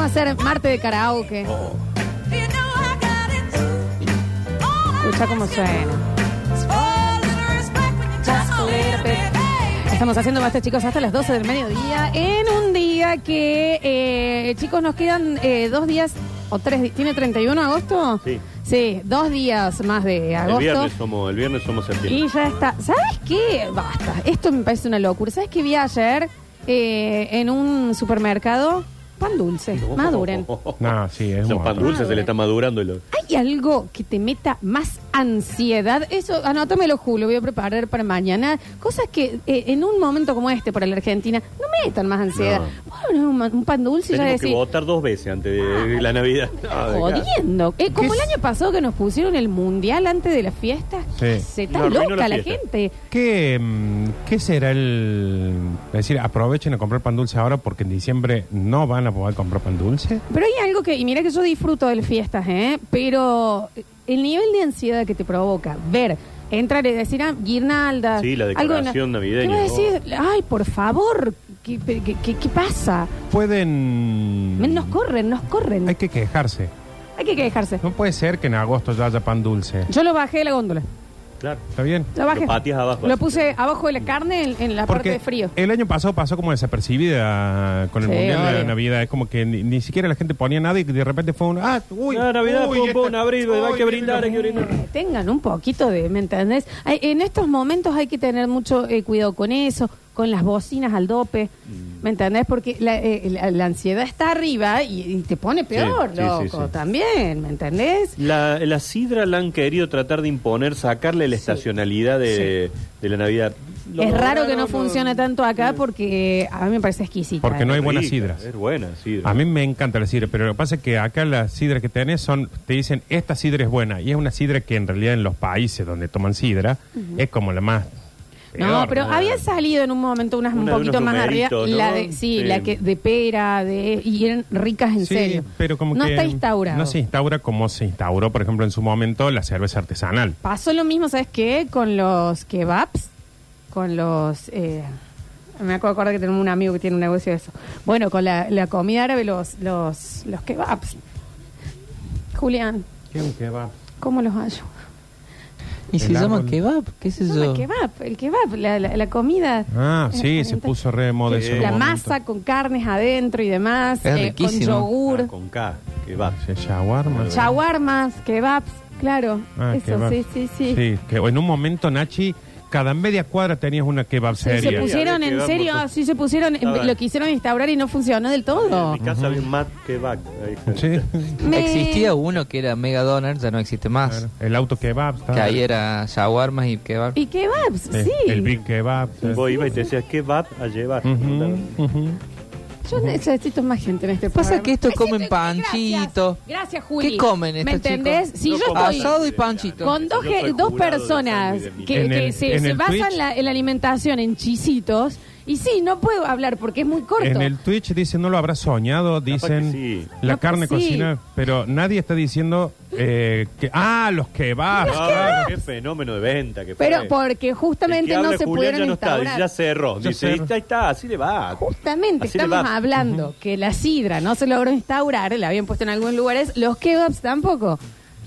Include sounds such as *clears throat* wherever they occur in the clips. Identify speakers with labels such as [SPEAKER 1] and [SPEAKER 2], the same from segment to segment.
[SPEAKER 1] hacer Marte de karaoke. Escucha cómo suena. Estamos haciendo basta, chicos, hasta las 12 del mediodía. En un día que, eh, chicos, nos quedan eh, dos días o tres. di- ¿Tiene 31 agosto?
[SPEAKER 2] Sí.
[SPEAKER 1] Sí, dos días más de
[SPEAKER 2] El
[SPEAKER 1] agosto.
[SPEAKER 2] viernes somos, el viernes somos septiembre.
[SPEAKER 1] Y ya está. ¿Sabes qué? Basta. Esto me parece una locura. ¿Sabes qué vi ayer eh, en un supermercado? Pan dulce.
[SPEAKER 2] *laughs* No.
[SPEAKER 1] Maduren.
[SPEAKER 3] No, Ah, sí, es
[SPEAKER 2] Los
[SPEAKER 3] un
[SPEAKER 2] pan
[SPEAKER 3] montón.
[SPEAKER 2] dulces se le está madurando. y lo-
[SPEAKER 1] ¿Hay algo que te meta más ansiedad? Eso, anótamelo, Julio, voy a preparar para mañana. Cosas que eh, en un momento como este para la Argentina no metan más ansiedad. Bueno, un, ma- un pan dulce y ya
[SPEAKER 2] Tenemos que
[SPEAKER 1] decís, Ah.
[SPEAKER 2] votar dos veces antes de
[SPEAKER 1] *laughs*
[SPEAKER 2] la Navidad. Ah, No, de acá.
[SPEAKER 1] jodiendo. Eh, como
[SPEAKER 3] ¿Qué
[SPEAKER 1] el
[SPEAKER 3] es?
[SPEAKER 1] año pasado que nos pusieron el mundial antes de las fiestas.
[SPEAKER 3] Sí.
[SPEAKER 1] Se
[SPEAKER 2] Nos
[SPEAKER 1] está
[SPEAKER 2] arruinó
[SPEAKER 1] loca la,
[SPEAKER 2] la fiesta.
[SPEAKER 1] gente.
[SPEAKER 3] ¿Qué, mm, ¿Qué será el...? Es decir, aprovechen a comprar pan dulce ahora porque en diciembre no van a poder comprar pan dulce.
[SPEAKER 1] Pero hay algo que, y mira que yo disfruto de las fiestas, ¿eh? Pero el nivel de ansiedad que te provoca ver, entrar y decir, ah, guirnalda.
[SPEAKER 2] Sí, la decoración navideña,
[SPEAKER 1] Te vas a
[SPEAKER 2] ¿no?
[SPEAKER 1] decir, ay, por favor, ¿qué, pe- qué, qué- qué pasa?
[SPEAKER 3] Pueden...
[SPEAKER 1] Nos corren, nos corren.
[SPEAKER 3] Hay que quejarse.
[SPEAKER 1] Hay que quejarse.
[SPEAKER 3] No puede ser que en agosto ya haya pan dulce.
[SPEAKER 1] Yo lo bajé de la góndola.
[SPEAKER 2] Claro.
[SPEAKER 3] ¿Está bien?
[SPEAKER 1] Lo bajé.
[SPEAKER 2] Lo pateas abajo,
[SPEAKER 1] Lo
[SPEAKER 2] así.
[SPEAKER 1] puse abajo de la carne en, en la parte de frío.
[SPEAKER 3] el año pasado pasó como desapercibida con el
[SPEAKER 1] Sí,
[SPEAKER 3] Mundial de
[SPEAKER 1] obvio.
[SPEAKER 3] la Navidad. Es como que ni, ni siquiera la gente ponía nada y de repente fue un... ¡Ah, uy!
[SPEAKER 2] Ah, Navidad,
[SPEAKER 3] uy, este-
[SPEAKER 2] pum,
[SPEAKER 3] esta-
[SPEAKER 2] pum, abril,
[SPEAKER 3] uy,
[SPEAKER 2] hay que brindar, hay que brindar.
[SPEAKER 1] Eh, Tengan un poquito de, ¿me entendés? Hay- en estos momentos hay que tener mucho eh, cuidado con eso, con las bocinas al dope,
[SPEAKER 2] Mm.
[SPEAKER 1] ¿me entendés? Porque la, eh, la- la ansiedad está arriba y, y te pone peor,
[SPEAKER 2] sí, sí,
[SPEAKER 1] loco,
[SPEAKER 2] sí.
[SPEAKER 1] también, ¿me entendés?
[SPEAKER 2] La, la sidra la han querido tratar de imponer, sacarle la estacionalidad de, de la Navidad. Lo
[SPEAKER 1] es raro
[SPEAKER 2] lograron,
[SPEAKER 1] que no, funcione tanto acá porque a mí me parece exquisita.
[SPEAKER 3] Porque no hay
[SPEAKER 2] Es
[SPEAKER 3] buenas
[SPEAKER 2] rica, eh.
[SPEAKER 3] sidras.
[SPEAKER 2] Es buena sidra.
[SPEAKER 3] A mí me encanta la sidra, pero lo que pasa es que acá las sidras que tenés son, te dicen, esta sidra es buena, y es una sidra que en realidad en los países donde toman sidra es como la más...
[SPEAKER 1] No,
[SPEAKER 3] peor,
[SPEAKER 1] pero
[SPEAKER 3] ¿no?
[SPEAKER 1] había salido en un momento unas
[SPEAKER 2] Una
[SPEAKER 1] un
[SPEAKER 2] de unos
[SPEAKER 1] poquito más arriba,
[SPEAKER 2] numeritos, ¿no?
[SPEAKER 1] la de, sí,
[SPEAKER 2] Sí.
[SPEAKER 1] la que de pera, de y eran ricas en
[SPEAKER 3] Sí,
[SPEAKER 1] serio.
[SPEAKER 3] pero como
[SPEAKER 1] no
[SPEAKER 3] que
[SPEAKER 1] está instaurado.
[SPEAKER 3] No se instaura como se instauró, por ejemplo, en su momento la cerveza artesanal.
[SPEAKER 1] Pasó lo mismo, ¿sabes qué? Con los kebabs, con los... eh, me acuerdo, acuerdo que tenemos un amigo que tiene un negocio de eso. Bueno, con la, la comida árabe, los, los, los kebabs. Julián, ¿cómo los hallo?
[SPEAKER 4] ¿Y
[SPEAKER 3] El
[SPEAKER 4] se llama
[SPEAKER 3] árbol.
[SPEAKER 4] kebab? ¿Qué es
[SPEAKER 1] No, el
[SPEAKER 4] eso?
[SPEAKER 1] kebab, el kebab, la, la- la comida.
[SPEAKER 3] Ah,
[SPEAKER 1] Eh,
[SPEAKER 3] sí, se
[SPEAKER 1] oriental.
[SPEAKER 3] puso re de moda eso en un
[SPEAKER 1] La
[SPEAKER 3] momento.
[SPEAKER 1] masa con carnes adentro y demás, eh,
[SPEAKER 4] Es
[SPEAKER 1] con
[SPEAKER 4] riquísimo.
[SPEAKER 1] yogur,
[SPEAKER 2] Ah, con K, que va.
[SPEAKER 3] Sí, shawarma.
[SPEAKER 1] shawarmas, kebabs, claro.
[SPEAKER 3] Ah,
[SPEAKER 1] Ah, eso,
[SPEAKER 3] kebab.
[SPEAKER 1] sí, sí, sí.
[SPEAKER 3] que en un momento, Nachi, cada media cuadra tenías una
[SPEAKER 1] Sí,
[SPEAKER 3] kebabsería.
[SPEAKER 1] se pusieron
[SPEAKER 2] Había
[SPEAKER 1] en
[SPEAKER 2] que
[SPEAKER 1] serio,
[SPEAKER 2] dar mucho-
[SPEAKER 1] sí se pusieron,
[SPEAKER 2] Está bien.
[SPEAKER 1] lo quisieron instaurar y no funcionó del
[SPEAKER 2] En
[SPEAKER 1] todo.
[SPEAKER 2] mi casa había un mat que va. Ahí está.
[SPEAKER 3] Sí.
[SPEAKER 1] Me-
[SPEAKER 4] Existía uno que era Mega Doner, ya no existe más.
[SPEAKER 3] Claro, El auto kebab. está-
[SPEAKER 4] Que ahí era shawarmas y kebab.
[SPEAKER 1] Y kebabs,
[SPEAKER 3] Eh,
[SPEAKER 1] sí.
[SPEAKER 3] El big kebab.
[SPEAKER 2] Vos ibas y te decías, ¿qué va a llevar?
[SPEAKER 3] Ujú, ujú.
[SPEAKER 1] Yo necesito más gente en este
[SPEAKER 4] Pasa
[SPEAKER 1] programa.
[SPEAKER 4] que estos
[SPEAKER 1] Necesito-
[SPEAKER 4] comen panchito.
[SPEAKER 1] Gracias, gracias, Juli.
[SPEAKER 4] ¿Qué comen
[SPEAKER 1] ¿Me
[SPEAKER 4] estos
[SPEAKER 1] entendés?
[SPEAKER 4] chicos?
[SPEAKER 1] Si
[SPEAKER 2] No
[SPEAKER 1] yo
[SPEAKER 2] comen.
[SPEAKER 1] estoy
[SPEAKER 4] Asado y
[SPEAKER 1] con
[SPEAKER 4] panchito.
[SPEAKER 1] dos,
[SPEAKER 2] Yo soy
[SPEAKER 1] ge- dos
[SPEAKER 2] jurado de
[SPEAKER 1] personas
[SPEAKER 2] San Luis de
[SPEAKER 1] que,
[SPEAKER 3] En
[SPEAKER 1] que
[SPEAKER 3] el-
[SPEAKER 1] se,
[SPEAKER 3] en
[SPEAKER 1] se
[SPEAKER 3] el
[SPEAKER 1] basan
[SPEAKER 3] Twitch.
[SPEAKER 1] la, en la alimentación en chisitos, y sí, no puedo hablar porque es muy corto.
[SPEAKER 3] En el Twitch dicen, no lo habrá soñado, dicen
[SPEAKER 2] que sí.
[SPEAKER 3] la
[SPEAKER 1] Capaz
[SPEAKER 3] carne
[SPEAKER 1] que sí.
[SPEAKER 3] cocina, pero nadie está diciendo eh, que... Ah, los kebabs.
[SPEAKER 2] Ah, qué fenómeno de venta que fue.
[SPEAKER 1] Pero porque
[SPEAKER 2] El que
[SPEAKER 1] justamente no
[SPEAKER 2] habla
[SPEAKER 1] se
[SPEAKER 2] Julián
[SPEAKER 1] pudieron
[SPEAKER 2] ya no está,
[SPEAKER 1] instaurar.
[SPEAKER 2] Ya cerró.
[SPEAKER 3] Ya
[SPEAKER 2] Dice,
[SPEAKER 3] cerró.
[SPEAKER 2] ahí está, así le va.
[SPEAKER 1] Justamente
[SPEAKER 2] Así le
[SPEAKER 1] estamos
[SPEAKER 2] va.
[SPEAKER 1] hablando que la sidra no se logró instaurar, la habían puesto en algunos lugares, los kebabs tampoco.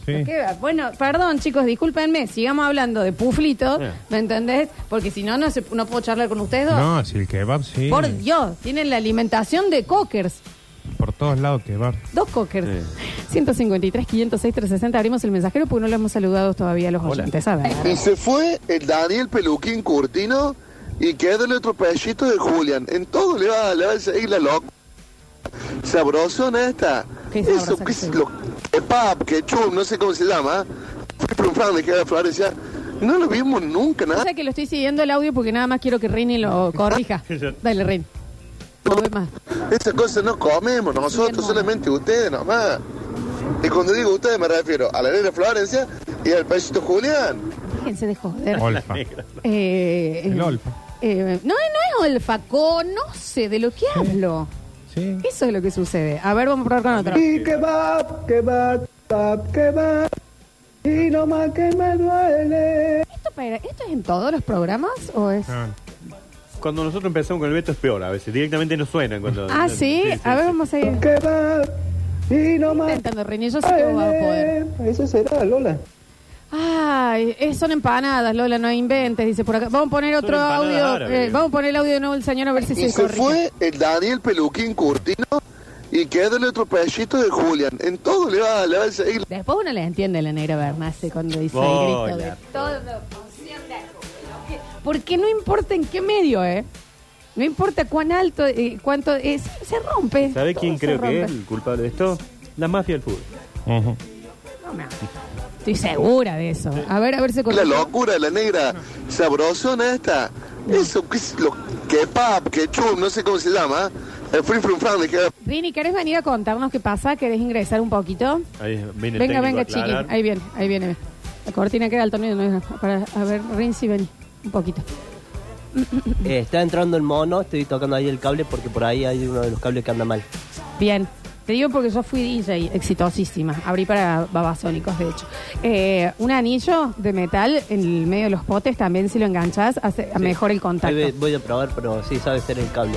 [SPEAKER 3] Sí.
[SPEAKER 1] Los kebabs. Bueno, perdón chicos, discúlpenme, sigamos hablando de puflitos,
[SPEAKER 2] Eh.
[SPEAKER 1] ¿me entendés? Porque si no, no, se- no puedo charlar con ustedes dos.
[SPEAKER 3] No, sí, el kebab, sí.
[SPEAKER 1] Por Dios, tienen la alimentación de cockers.
[SPEAKER 3] Por todos lados kebab.
[SPEAKER 1] Dos cockers.
[SPEAKER 2] Eh.
[SPEAKER 1] 153, 506, 360. Abrimos el mensajero porque no lo hemos saludado todavía a los
[SPEAKER 2] Hola.
[SPEAKER 1] oyentes. A ver.
[SPEAKER 5] *laughs* Y se fue el Daniel Peluquín Curtino y quedó el atropellito de Julián. En todo le va, le va a seguir la loca. Sabrosona esta.
[SPEAKER 1] Qué
[SPEAKER 5] Eso
[SPEAKER 1] sabrosa
[SPEAKER 5] que
[SPEAKER 1] que
[SPEAKER 5] es
[SPEAKER 1] soy.
[SPEAKER 5] lo que pap, que chum, no sé cómo se llama. Fui por un fan de que era Florencia. No lo vimos nunca,
[SPEAKER 1] O
[SPEAKER 5] nada.
[SPEAKER 1] sea que lo estoy siguiendo el audio porque nada más quiero que Rini lo
[SPEAKER 2] *laughs*
[SPEAKER 1] corrija. Dale, Rini. No ve más.
[SPEAKER 5] Esas cosas no comemos nosotros, solamente ustedes nomás. Y cuando digo ustedes me refiero a la negra Florencia y al pellito Julián.
[SPEAKER 1] Fíjense de joder.
[SPEAKER 3] Olfa.
[SPEAKER 1] Eh,
[SPEAKER 3] El
[SPEAKER 1] eh,
[SPEAKER 3] olfa.
[SPEAKER 1] eh, no, no es olfa, conoce de lo que hablo.
[SPEAKER 3] Sí.
[SPEAKER 1] Eso es lo que sucede. A ver, vamos a probar con otra. Esto, para- ¿Esto es en todos los programas o es
[SPEAKER 3] Ah,
[SPEAKER 2] Cuando nosotros empezamos con el Beto es peor a veces. Directamente no suenan cuando.
[SPEAKER 1] Ah, sí. A ver, vamos a ir.
[SPEAKER 6] Y no más.
[SPEAKER 1] Intentando, Rini, yo sé que vos vas a poder.
[SPEAKER 6] Eso será, Lola.
[SPEAKER 1] Ay, eh, son empanadas, Lola, no inventes, dice por acá. Vamos a poner
[SPEAKER 2] Son
[SPEAKER 1] otro
[SPEAKER 2] empanadas
[SPEAKER 1] audio.
[SPEAKER 2] árabes.
[SPEAKER 1] eh, vamos a poner el audio de nuevo Este el señor a ver si
[SPEAKER 5] Y
[SPEAKER 1] se,
[SPEAKER 5] se
[SPEAKER 1] corrige.
[SPEAKER 5] fue el Daniel Peluquín Curtino y queda el atropellito de Julián. En todo le va, le va a seguir
[SPEAKER 1] Después uno les entiende la negra Bernase cuando dice el
[SPEAKER 2] Oh,
[SPEAKER 1] grito de
[SPEAKER 2] la-
[SPEAKER 1] todo funciona como lo que-". Porque no importa en qué medio, ¿eh? No importa cuán alto, eh, cuánto es, se rompe.
[SPEAKER 2] ¿Sabe
[SPEAKER 1] todo
[SPEAKER 2] quién
[SPEAKER 1] se
[SPEAKER 2] creo que
[SPEAKER 1] rompe.
[SPEAKER 2] es el culpable de esto? La mafia del fútbol.
[SPEAKER 3] Ujú.
[SPEAKER 1] No, no. Estoy segura de eso. A ver, a ver si
[SPEAKER 5] La
[SPEAKER 1] corrige.
[SPEAKER 5] locura, la negra, sabrosona esta. Eso, que es lo que pap, que chum, no sé cómo se llama. El free from fran, le queda
[SPEAKER 1] Rini, ¿querés venir a contarnos qué pasa? ¿Querés ingresar un poquito?
[SPEAKER 2] Ahí viene el
[SPEAKER 1] Venga,
[SPEAKER 2] técnico
[SPEAKER 1] venga,
[SPEAKER 2] a
[SPEAKER 1] chiqui.
[SPEAKER 2] aclarar.
[SPEAKER 1] Ahí viene, ahí viene. La cortina queda al tornillo. No, es- para, a ver, Rinzi, vení. Un poquito.
[SPEAKER 7] Eh, está entrando el mono, estoy tocando ahí el cable porque por ahí hay uno de los cables que anda mal.
[SPEAKER 1] Bien. Te digo porque yo fui DJ exitosísima. Abrí para babasónicos, de hecho. Eh, un anillo de metal en el medio de los potes también, si lo enganchás, hace mejora el
[SPEAKER 7] Ahí ve-
[SPEAKER 1] contacto.
[SPEAKER 7] voy a probar, pero sí sabe ser el cable.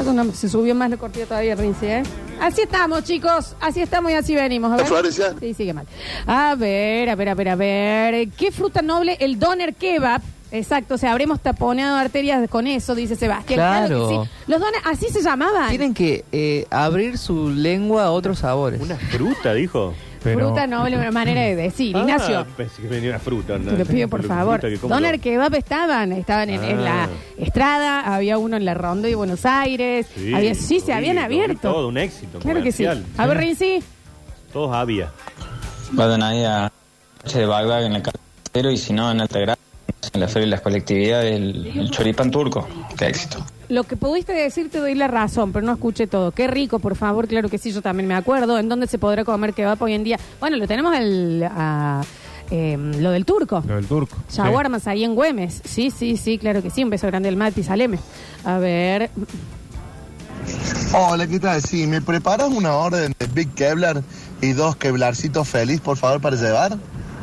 [SPEAKER 1] Ah, no, se subió más la cortina todavía, Rinzi, ¿eh? Así estamos, chicos. Así estamos y así venimos. A ver.
[SPEAKER 5] Florencia.
[SPEAKER 1] Sí, sigue mal. A ver, a ver, a ver, a ver. ¿Qué fruta noble? El doner kebab. Exacto, o sea, habremos taponado arterias con eso, dice Sebastián.
[SPEAKER 4] Claro.
[SPEAKER 1] que sí. Los doner, así se llamaban.
[SPEAKER 4] Tienen que eh, abrir su lengua a otros sabores.
[SPEAKER 2] Una fruta, dijo.
[SPEAKER 3] Pero-
[SPEAKER 1] Fruta noble, una manera de decir. Ignacio.
[SPEAKER 2] Ah, pensé que venía una fruta. ¿no?
[SPEAKER 1] Te lo pido por
[SPEAKER 2] Pero
[SPEAKER 1] favor.
[SPEAKER 2] fruta que como
[SPEAKER 1] Doner
[SPEAKER 2] yo.
[SPEAKER 1] Kebab estaban, estaban en, en la
[SPEAKER 2] Ah.
[SPEAKER 1] Estrada, había uno en la Ronda de Buenos Aires,
[SPEAKER 2] Sí,
[SPEAKER 1] había, sí
[SPEAKER 2] lo
[SPEAKER 1] se
[SPEAKER 2] vi,
[SPEAKER 1] habían
[SPEAKER 2] lo vi
[SPEAKER 1] abierto.
[SPEAKER 2] Todo un éxito.
[SPEAKER 1] claro que sí.
[SPEAKER 2] comercial.
[SPEAKER 1] A ver, Rinzi.
[SPEAKER 2] Todos había.
[SPEAKER 8] Vayan ahí a Noche de Bagdad en el cartero y si no en Altagracia, en la feria y las colectividades, el, el choripán turco. Qué éxito.
[SPEAKER 1] Lo que pudiste decir te doy la razón, pero no escuché todo. Qué rico, por favor, claro que sí, yo también me acuerdo. ¿En dónde se podrá comer kebab hoy en día? Bueno, lo tenemos el, a, em, lo del turco.
[SPEAKER 3] Lo del turco.
[SPEAKER 1] Shawarmas ahí en Güemes. Sí, sí, sí, claro que sí. Un beso grande al Mati Saleme. A ver,
[SPEAKER 9] Hola, ¿qué tal? Sí, ¿me preparas una orden de Big Kevlar y dos Kevlarcitos feliz, por favor, para llevar?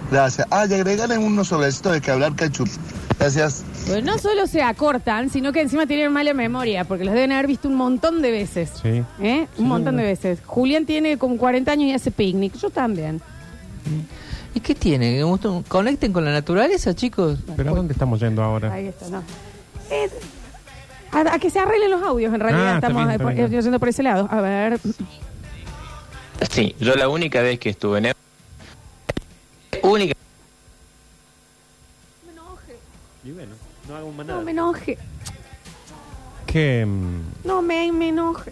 [SPEAKER 9] Gracias. Ah, y agregale unos sobrecitos de Kevlar ketchup. Gracias.
[SPEAKER 1] Pues no solo se acortan, sino que encima tienen mala memoria, porque los deben haber visto un montón de veces.
[SPEAKER 3] Sí.
[SPEAKER 1] ¿Eh? Un montón de veces. Julián tiene como 40 años y hace picnic. Yo también.
[SPEAKER 4] ¿Y qué tiene? Un- Conecten con la naturaleza, chicos.
[SPEAKER 3] Sí. ¿Pero a dónde estamos yendo ahora?
[SPEAKER 1] Ahí está, no. Eh, a, a que se arreglen los audios, en realidad.
[SPEAKER 3] Ah, está
[SPEAKER 1] Estamos
[SPEAKER 3] bien,
[SPEAKER 1] eh,
[SPEAKER 3] está
[SPEAKER 1] por-
[SPEAKER 3] bien.
[SPEAKER 1] eh, yendo por ese lado. A ver.
[SPEAKER 8] Sí, yo la única vez que estuve en el... Única.
[SPEAKER 2] Y bueno, no hago más nada.
[SPEAKER 1] No me enoje.
[SPEAKER 3] Que, mm,
[SPEAKER 1] No me, me enoje.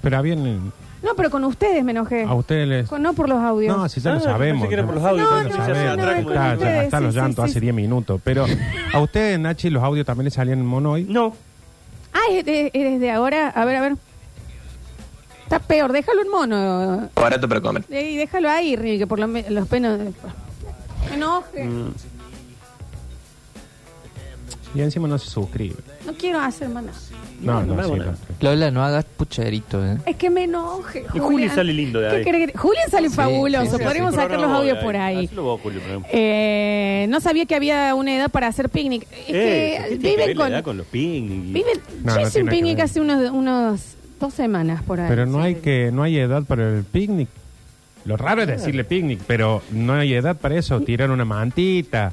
[SPEAKER 3] pero habían...
[SPEAKER 1] No, pero con ustedes me enojé.
[SPEAKER 3] A ustedes les...
[SPEAKER 1] Con- no por los audios.
[SPEAKER 3] No, si ya
[SPEAKER 2] Ah,
[SPEAKER 3] lo
[SPEAKER 2] pensé
[SPEAKER 3] sabemos.
[SPEAKER 2] que era
[SPEAKER 3] ¿no?
[SPEAKER 2] por los audios,
[SPEAKER 1] No,
[SPEAKER 3] Ya lo
[SPEAKER 1] no,
[SPEAKER 3] sabemos.
[SPEAKER 1] no, no,
[SPEAKER 3] Ya
[SPEAKER 1] es por
[SPEAKER 3] está, ya
[SPEAKER 1] ustedes,
[SPEAKER 3] están los
[SPEAKER 1] sí, sí,
[SPEAKER 3] llantos
[SPEAKER 1] sí,
[SPEAKER 3] hace
[SPEAKER 1] sí.
[SPEAKER 3] 10 minutos. Pero a ustedes, Nachi, los audios también les salían en mono hoy.
[SPEAKER 2] No.
[SPEAKER 1] Ah, es de- es desde ahora. A ver, a ver. Está peor. Déjalo en mono,
[SPEAKER 8] Barato para comer.
[SPEAKER 1] Ey, déjalo ahí, Rini, que por lo me- los penos. Me enoje.
[SPEAKER 4] Mm.
[SPEAKER 3] Y encima no se suscribe.
[SPEAKER 1] No quiero hacer más nada.
[SPEAKER 3] No,
[SPEAKER 2] No,
[SPEAKER 3] no,
[SPEAKER 2] no,
[SPEAKER 3] sí,
[SPEAKER 2] no.
[SPEAKER 3] no.
[SPEAKER 4] Lola, no hagas pucherito, ¿eh?
[SPEAKER 1] Es que me enoje.
[SPEAKER 2] Y Juli
[SPEAKER 1] Julián.
[SPEAKER 2] sale lindo de
[SPEAKER 1] ¿Qué
[SPEAKER 2] ahí.
[SPEAKER 1] querés que te- Julián sale
[SPEAKER 4] Sí,
[SPEAKER 1] fabuloso.
[SPEAKER 4] sí, sí, sí.
[SPEAKER 1] Podríamos sacar los audios por ahí.
[SPEAKER 2] Hazlo eh. vos, Julio, por ejemplo.
[SPEAKER 1] Eh, no sabía que había una edad para hacer picnic. Es
[SPEAKER 2] Eh, ¿qué
[SPEAKER 1] que
[SPEAKER 2] tiene que
[SPEAKER 1] viven
[SPEAKER 2] ver la
[SPEAKER 1] con.
[SPEAKER 2] edad con los picnic.
[SPEAKER 1] viven-
[SPEAKER 3] No,
[SPEAKER 1] yo hice
[SPEAKER 3] no
[SPEAKER 1] un
[SPEAKER 3] tiene que
[SPEAKER 1] picnic
[SPEAKER 3] ver.
[SPEAKER 1] hace unos, unos dos semanas por ahí.
[SPEAKER 3] Pero no
[SPEAKER 1] Sí.
[SPEAKER 3] hay que no hay edad para el picnic. Lo raro es decirle picnic, pero no hay edad para eso. Tirar una mantita,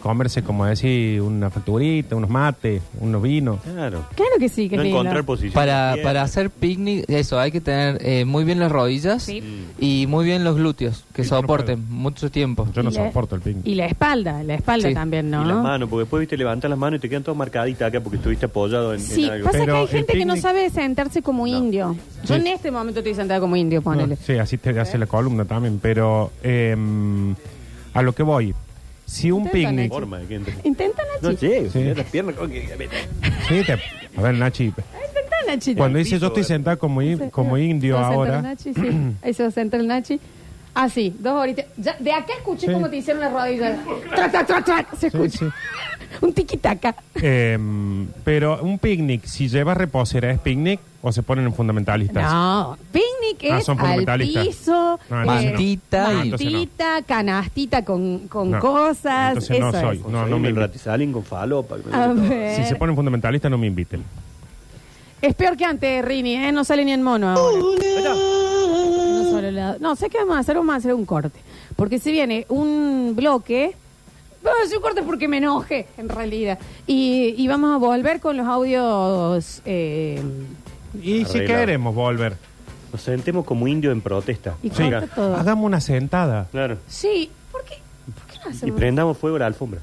[SPEAKER 3] comerse, como decir, una facturita, unos mates, unos vinos.
[SPEAKER 2] Claro.
[SPEAKER 1] Claro que sí, que
[SPEAKER 2] no
[SPEAKER 1] es lindo.
[SPEAKER 2] encontrar posición.
[SPEAKER 4] Para,
[SPEAKER 2] Bien.
[SPEAKER 4] para hacer picnic, eso, hay que tener eh, muy bien las rodillas
[SPEAKER 1] Sí.
[SPEAKER 4] y muy bien los glúteos, que
[SPEAKER 3] Sí, yo no
[SPEAKER 4] soporten mucho tiempo.
[SPEAKER 3] Yo no
[SPEAKER 1] Y la-
[SPEAKER 3] soporto el picnic.
[SPEAKER 1] Y la espalda, la espalda
[SPEAKER 4] Sí.
[SPEAKER 1] también, ¿no?
[SPEAKER 2] Y las manos, porque después viste levantas las manos y te quedan todas marcaditas acá porque estuviste apoyado en, en
[SPEAKER 1] Sí,
[SPEAKER 2] algo.
[SPEAKER 1] pasa
[SPEAKER 3] Pero
[SPEAKER 1] que hay
[SPEAKER 3] el
[SPEAKER 1] gente que no
[SPEAKER 3] picnic-
[SPEAKER 1] sabe sentarse como indio. Yo en este momento estoy sentada como indio, ponele.
[SPEAKER 3] No, sí, así te hace la columna también, pero em, a lo que voy. Si un
[SPEAKER 1] Intenta,
[SPEAKER 3] picnic...
[SPEAKER 2] Forma de que entre.
[SPEAKER 1] Intenta,
[SPEAKER 2] No
[SPEAKER 1] Nachi.
[SPEAKER 2] llego,
[SPEAKER 3] Sí.
[SPEAKER 2] mirá las piernas. ¿cómo que-
[SPEAKER 3] Sí, te- a ver, Nachi,
[SPEAKER 1] Intenta, Nachi.
[SPEAKER 3] cuando
[SPEAKER 2] el
[SPEAKER 3] dice
[SPEAKER 2] piso,
[SPEAKER 3] yo estoy
[SPEAKER 2] eh.
[SPEAKER 3] sentado como, in-
[SPEAKER 1] Sí.
[SPEAKER 3] como indio
[SPEAKER 1] Se va a sentar
[SPEAKER 3] ahora...
[SPEAKER 1] el Nachi,
[SPEAKER 3] *clears throat*
[SPEAKER 1] sí. Ahí se va a sentar el Nachi. Ah, sí, dos horitas. Ya, de acá escuché
[SPEAKER 3] Sí.
[SPEAKER 1] cómo te hicieron las rodillas. Trac, trac, trac, trac. Se
[SPEAKER 3] Sí,
[SPEAKER 1] escucha.
[SPEAKER 3] sí.
[SPEAKER 1] *laughs* Un tiquitaca.
[SPEAKER 3] Em, pero un picnic, si llevas reposera, ¿es picnic o se ponen en fundamentalistas?
[SPEAKER 1] No, picnic picnic
[SPEAKER 3] Ah,
[SPEAKER 1] es
[SPEAKER 3] son
[SPEAKER 1] al
[SPEAKER 3] fundamentalistas.
[SPEAKER 1] piso, eh,
[SPEAKER 3] No, entonces
[SPEAKER 4] Mantita
[SPEAKER 3] no.
[SPEAKER 4] y-
[SPEAKER 3] entonces no.
[SPEAKER 1] mantita, canastita con, con
[SPEAKER 3] No,
[SPEAKER 1] cosas.
[SPEAKER 3] entonces no
[SPEAKER 1] eso
[SPEAKER 3] soy.
[SPEAKER 1] es.
[SPEAKER 3] No, no me
[SPEAKER 2] me
[SPEAKER 3] inviten.
[SPEAKER 2] ratizalín con falopa. que me
[SPEAKER 1] A
[SPEAKER 2] gusta.
[SPEAKER 1] ver.
[SPEAKER 3] Si se ponen fundamentalistas, no me inviten.
[SPEAKER 1] Es peor que antes, Rini, ¿eh? No sale ni en mono ahora. No, solo la- no, sé qué vamos a hacer, vamos a hacer un corte. Porque si viene un bloque, vamos a hacer un corte porque me enoje, en realidad. Y, y vamos a volver con los audios. eh,
[SPEAKER 3] Y si
[SPEAKER 2] Arreglado.
[SPEAKER 3] queremos volver,
[SPEAKER 2] Nos sentemos como indios en protesta.
[SPEAKER 1] y
[SPEAKER 3] Sí.
[SPEAKER 1] corta todo.
[SPEAKER 3] hagamos una sentada.
[SPEAKER 2] Claro.
[SPEAKER 1] Sí, ¿por qué, por qué no
[SPEAKER 2] Y
[SPEAKER 1] hacemos?
[SPEAKER 2] prendamos fuego a la alfombra.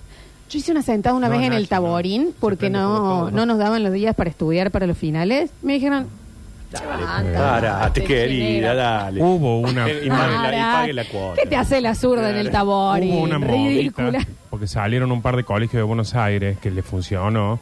[SPEAKER 1] Yo hice una sentada una
[SPEAKER 3] No,
[SPEAKER 1] vez en
[SPEAKER 3] Nacho,
[SPEAKER 1] el Taborín
[SPEAKER 3] no.
[SPEAKER 1] porque
[SPEAKER 3] Se prende
[SPEAKER 1] no,
[SPEAKER 3] fuego todo, ¿no?
[SPEAKER 1] no nos daban los días para estudiar para los finales. Me dijeron,
[SPEAKER 2] Para, te querida, dale.
[SPEAKER 1] *laughs*
[SPEAKER 3] Hubo una,
[SPEAKER 2] Y pague la- y
[SPEAKER 1] "Pará,
[SPEAKER 2] pague la cuota.
[SPEAKER 1] ¿qué te hace la zurda en el Taborín?
[SPEAKER 3] hubo una
[SPEAKER 1] Ridícula.
[SPEAKER 3] movida, porque salieron un par de colegios de Buenos Aires que le funcionó.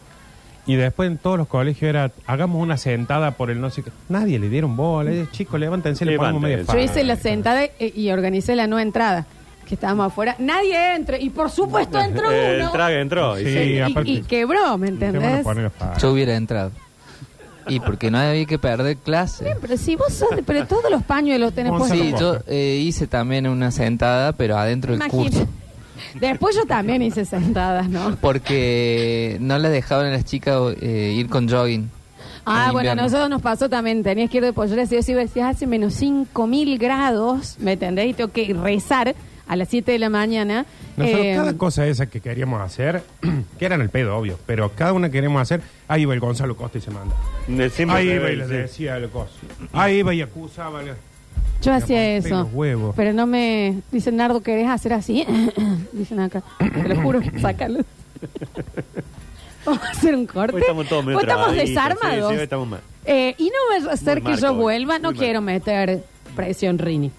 [SPEAKER 3] Y después en todos los colegios era, hagamos una sentada por el no sé qué. Nadie le dieron bola. Eh, Chicos, levántense, le ponemos media
[SPEAKER 2] Levántense.
[SPEAKER 1] Yo
[SPEAKER 3] faja.
[SPEAKER 1] hice la sentada eh, y organicé la no entrada, que estábamos afuera. Nadie entra, y por supuesto entró
[SPEAKER 2] Eh,
[SPEAKER 1] uno.
[SPEAKER 2] entra- entró.
[SPEAKER 3] Sí,
[SPEAKER 2] y se-
[SPEAKER 1] Y-
[SPEAKER 3] aparte-
[SPEAKER 1] y, quebró, ¿me
[SPEAKER 3] Te van a
[SPEAKER 1] entendés?
[SPEAKER 3] poner la faja.
[SPEAKER 4] Yo hubiera entrado. Y porque no había que perder clase.
[SPEAKER 1] Pero si vos sos de- pero todos los pañuelos tenés
[SPEAKER 3] Gonzalo,
[SPEAKER 1] puestos.
[SPEAKER 4] Sí, yo eh, hice también una sentada, pero adentro del
[SPEAKER 1] Imagínate.
[SPEAKER 4] curso.
[SPEAKER 1] Después yo también hice sentadas, ¿no?
[SPEAKER 4] Porque no las dejaban a las chicas eh, ir con jogging.
[SPEAKER 1] Ah,
[SPEAKER 4] En
[SPEAKER 1] bueno, a
[SPEAKER 4] invierno.
[SPEAKER 1] nosotros nos pasó también, tenías que ir de polleras y yo sí decía, hace menos 5 mil grados, ¿me entendés? Y tengo que rezar a las 7 de la mañana.
[SPEAKER 3] Nosotros
[SPEAKER 1] Eh,
[SPEAKER 3] cada cosa esa que queríamos hacer, *clears throat* que eran el pedo, obvio, pero cada una queremos hacer, ahí va el Gonzalo Costa y se manda.
[SPEAKER 2] de- siempre
[SPEAKER 3] Ahí
[SPEAKER 2] me-
[SPEAKER 3] iba y le
[SPEAKER 2] sí.
[SPEAKER 3] decía el coso. Ahí iba y acusaba. al-
[SPEAKER 1] Yo hacía
[SPEAKER 3] Me rompí
[SPEAKER 1] eso.
[SPEAKER 3] los huevos.
[SPEAKER 1] Pero no me. Dicen, Nardo, ¿querés hacer así? *coughs* Dicen acá. Te lo
[SPEAKER 2] *coughs*
[SPEAKER 1] juro, sácalo. Vamos a hacer un corte.
[SPEAKER 2] Hoy estamos todos medio
[SPEAKER 1] Hoy estamos
[SPEAKER 2] trabaditos,
[SPEAKER 1] desarmados.
[SPEAKER 2] sí, sí, hoy estamos mal.
[SPEAKER 1] Eh, y no vaya a ser que
[SPEAKER 2] marco
[SPEAKER 1] yo
[SPEAKER 2] hoy,
[SPEAKER 1] vuelva.
[SPEAKER 2] muy
[SPEAKER 1] No
[SPEAKER 2] marco.
[SPEAKER 1] quiero meter presión, Rini.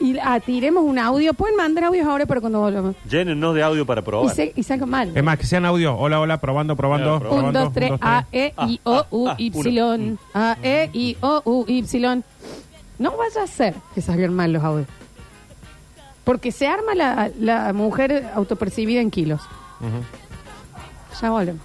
[SPEAKER 1] Y atiremos un audio. Pueden mandar audios ahora para cuando volvamos.
[SPEAKER 2] Llénennos de audio para
[SPEAKER 1] Y,
[SPEAKER 2] probar.
[SPEAKER 1] se, y sacan mal.
[SPEAKER 3] Es más, que sean audio. Hola, hola, probando, probando.
[SPEAKER 2] Claro, probando.
[SPEAKER 3] probando
[SPEAKER 1] Un, dos, tres,
[SPEAKER 3] un,
[SPEAKER 1] A, E, I, O, U,
[SPEAKER 2] Ah, ah, ah,
[SPEAKER 1] Y. A, E, I, O, U, Y. No vaya a ser que salgan mal los audios. Porque se arma la, la mujer autopercibida en kilos. Ya volvemos.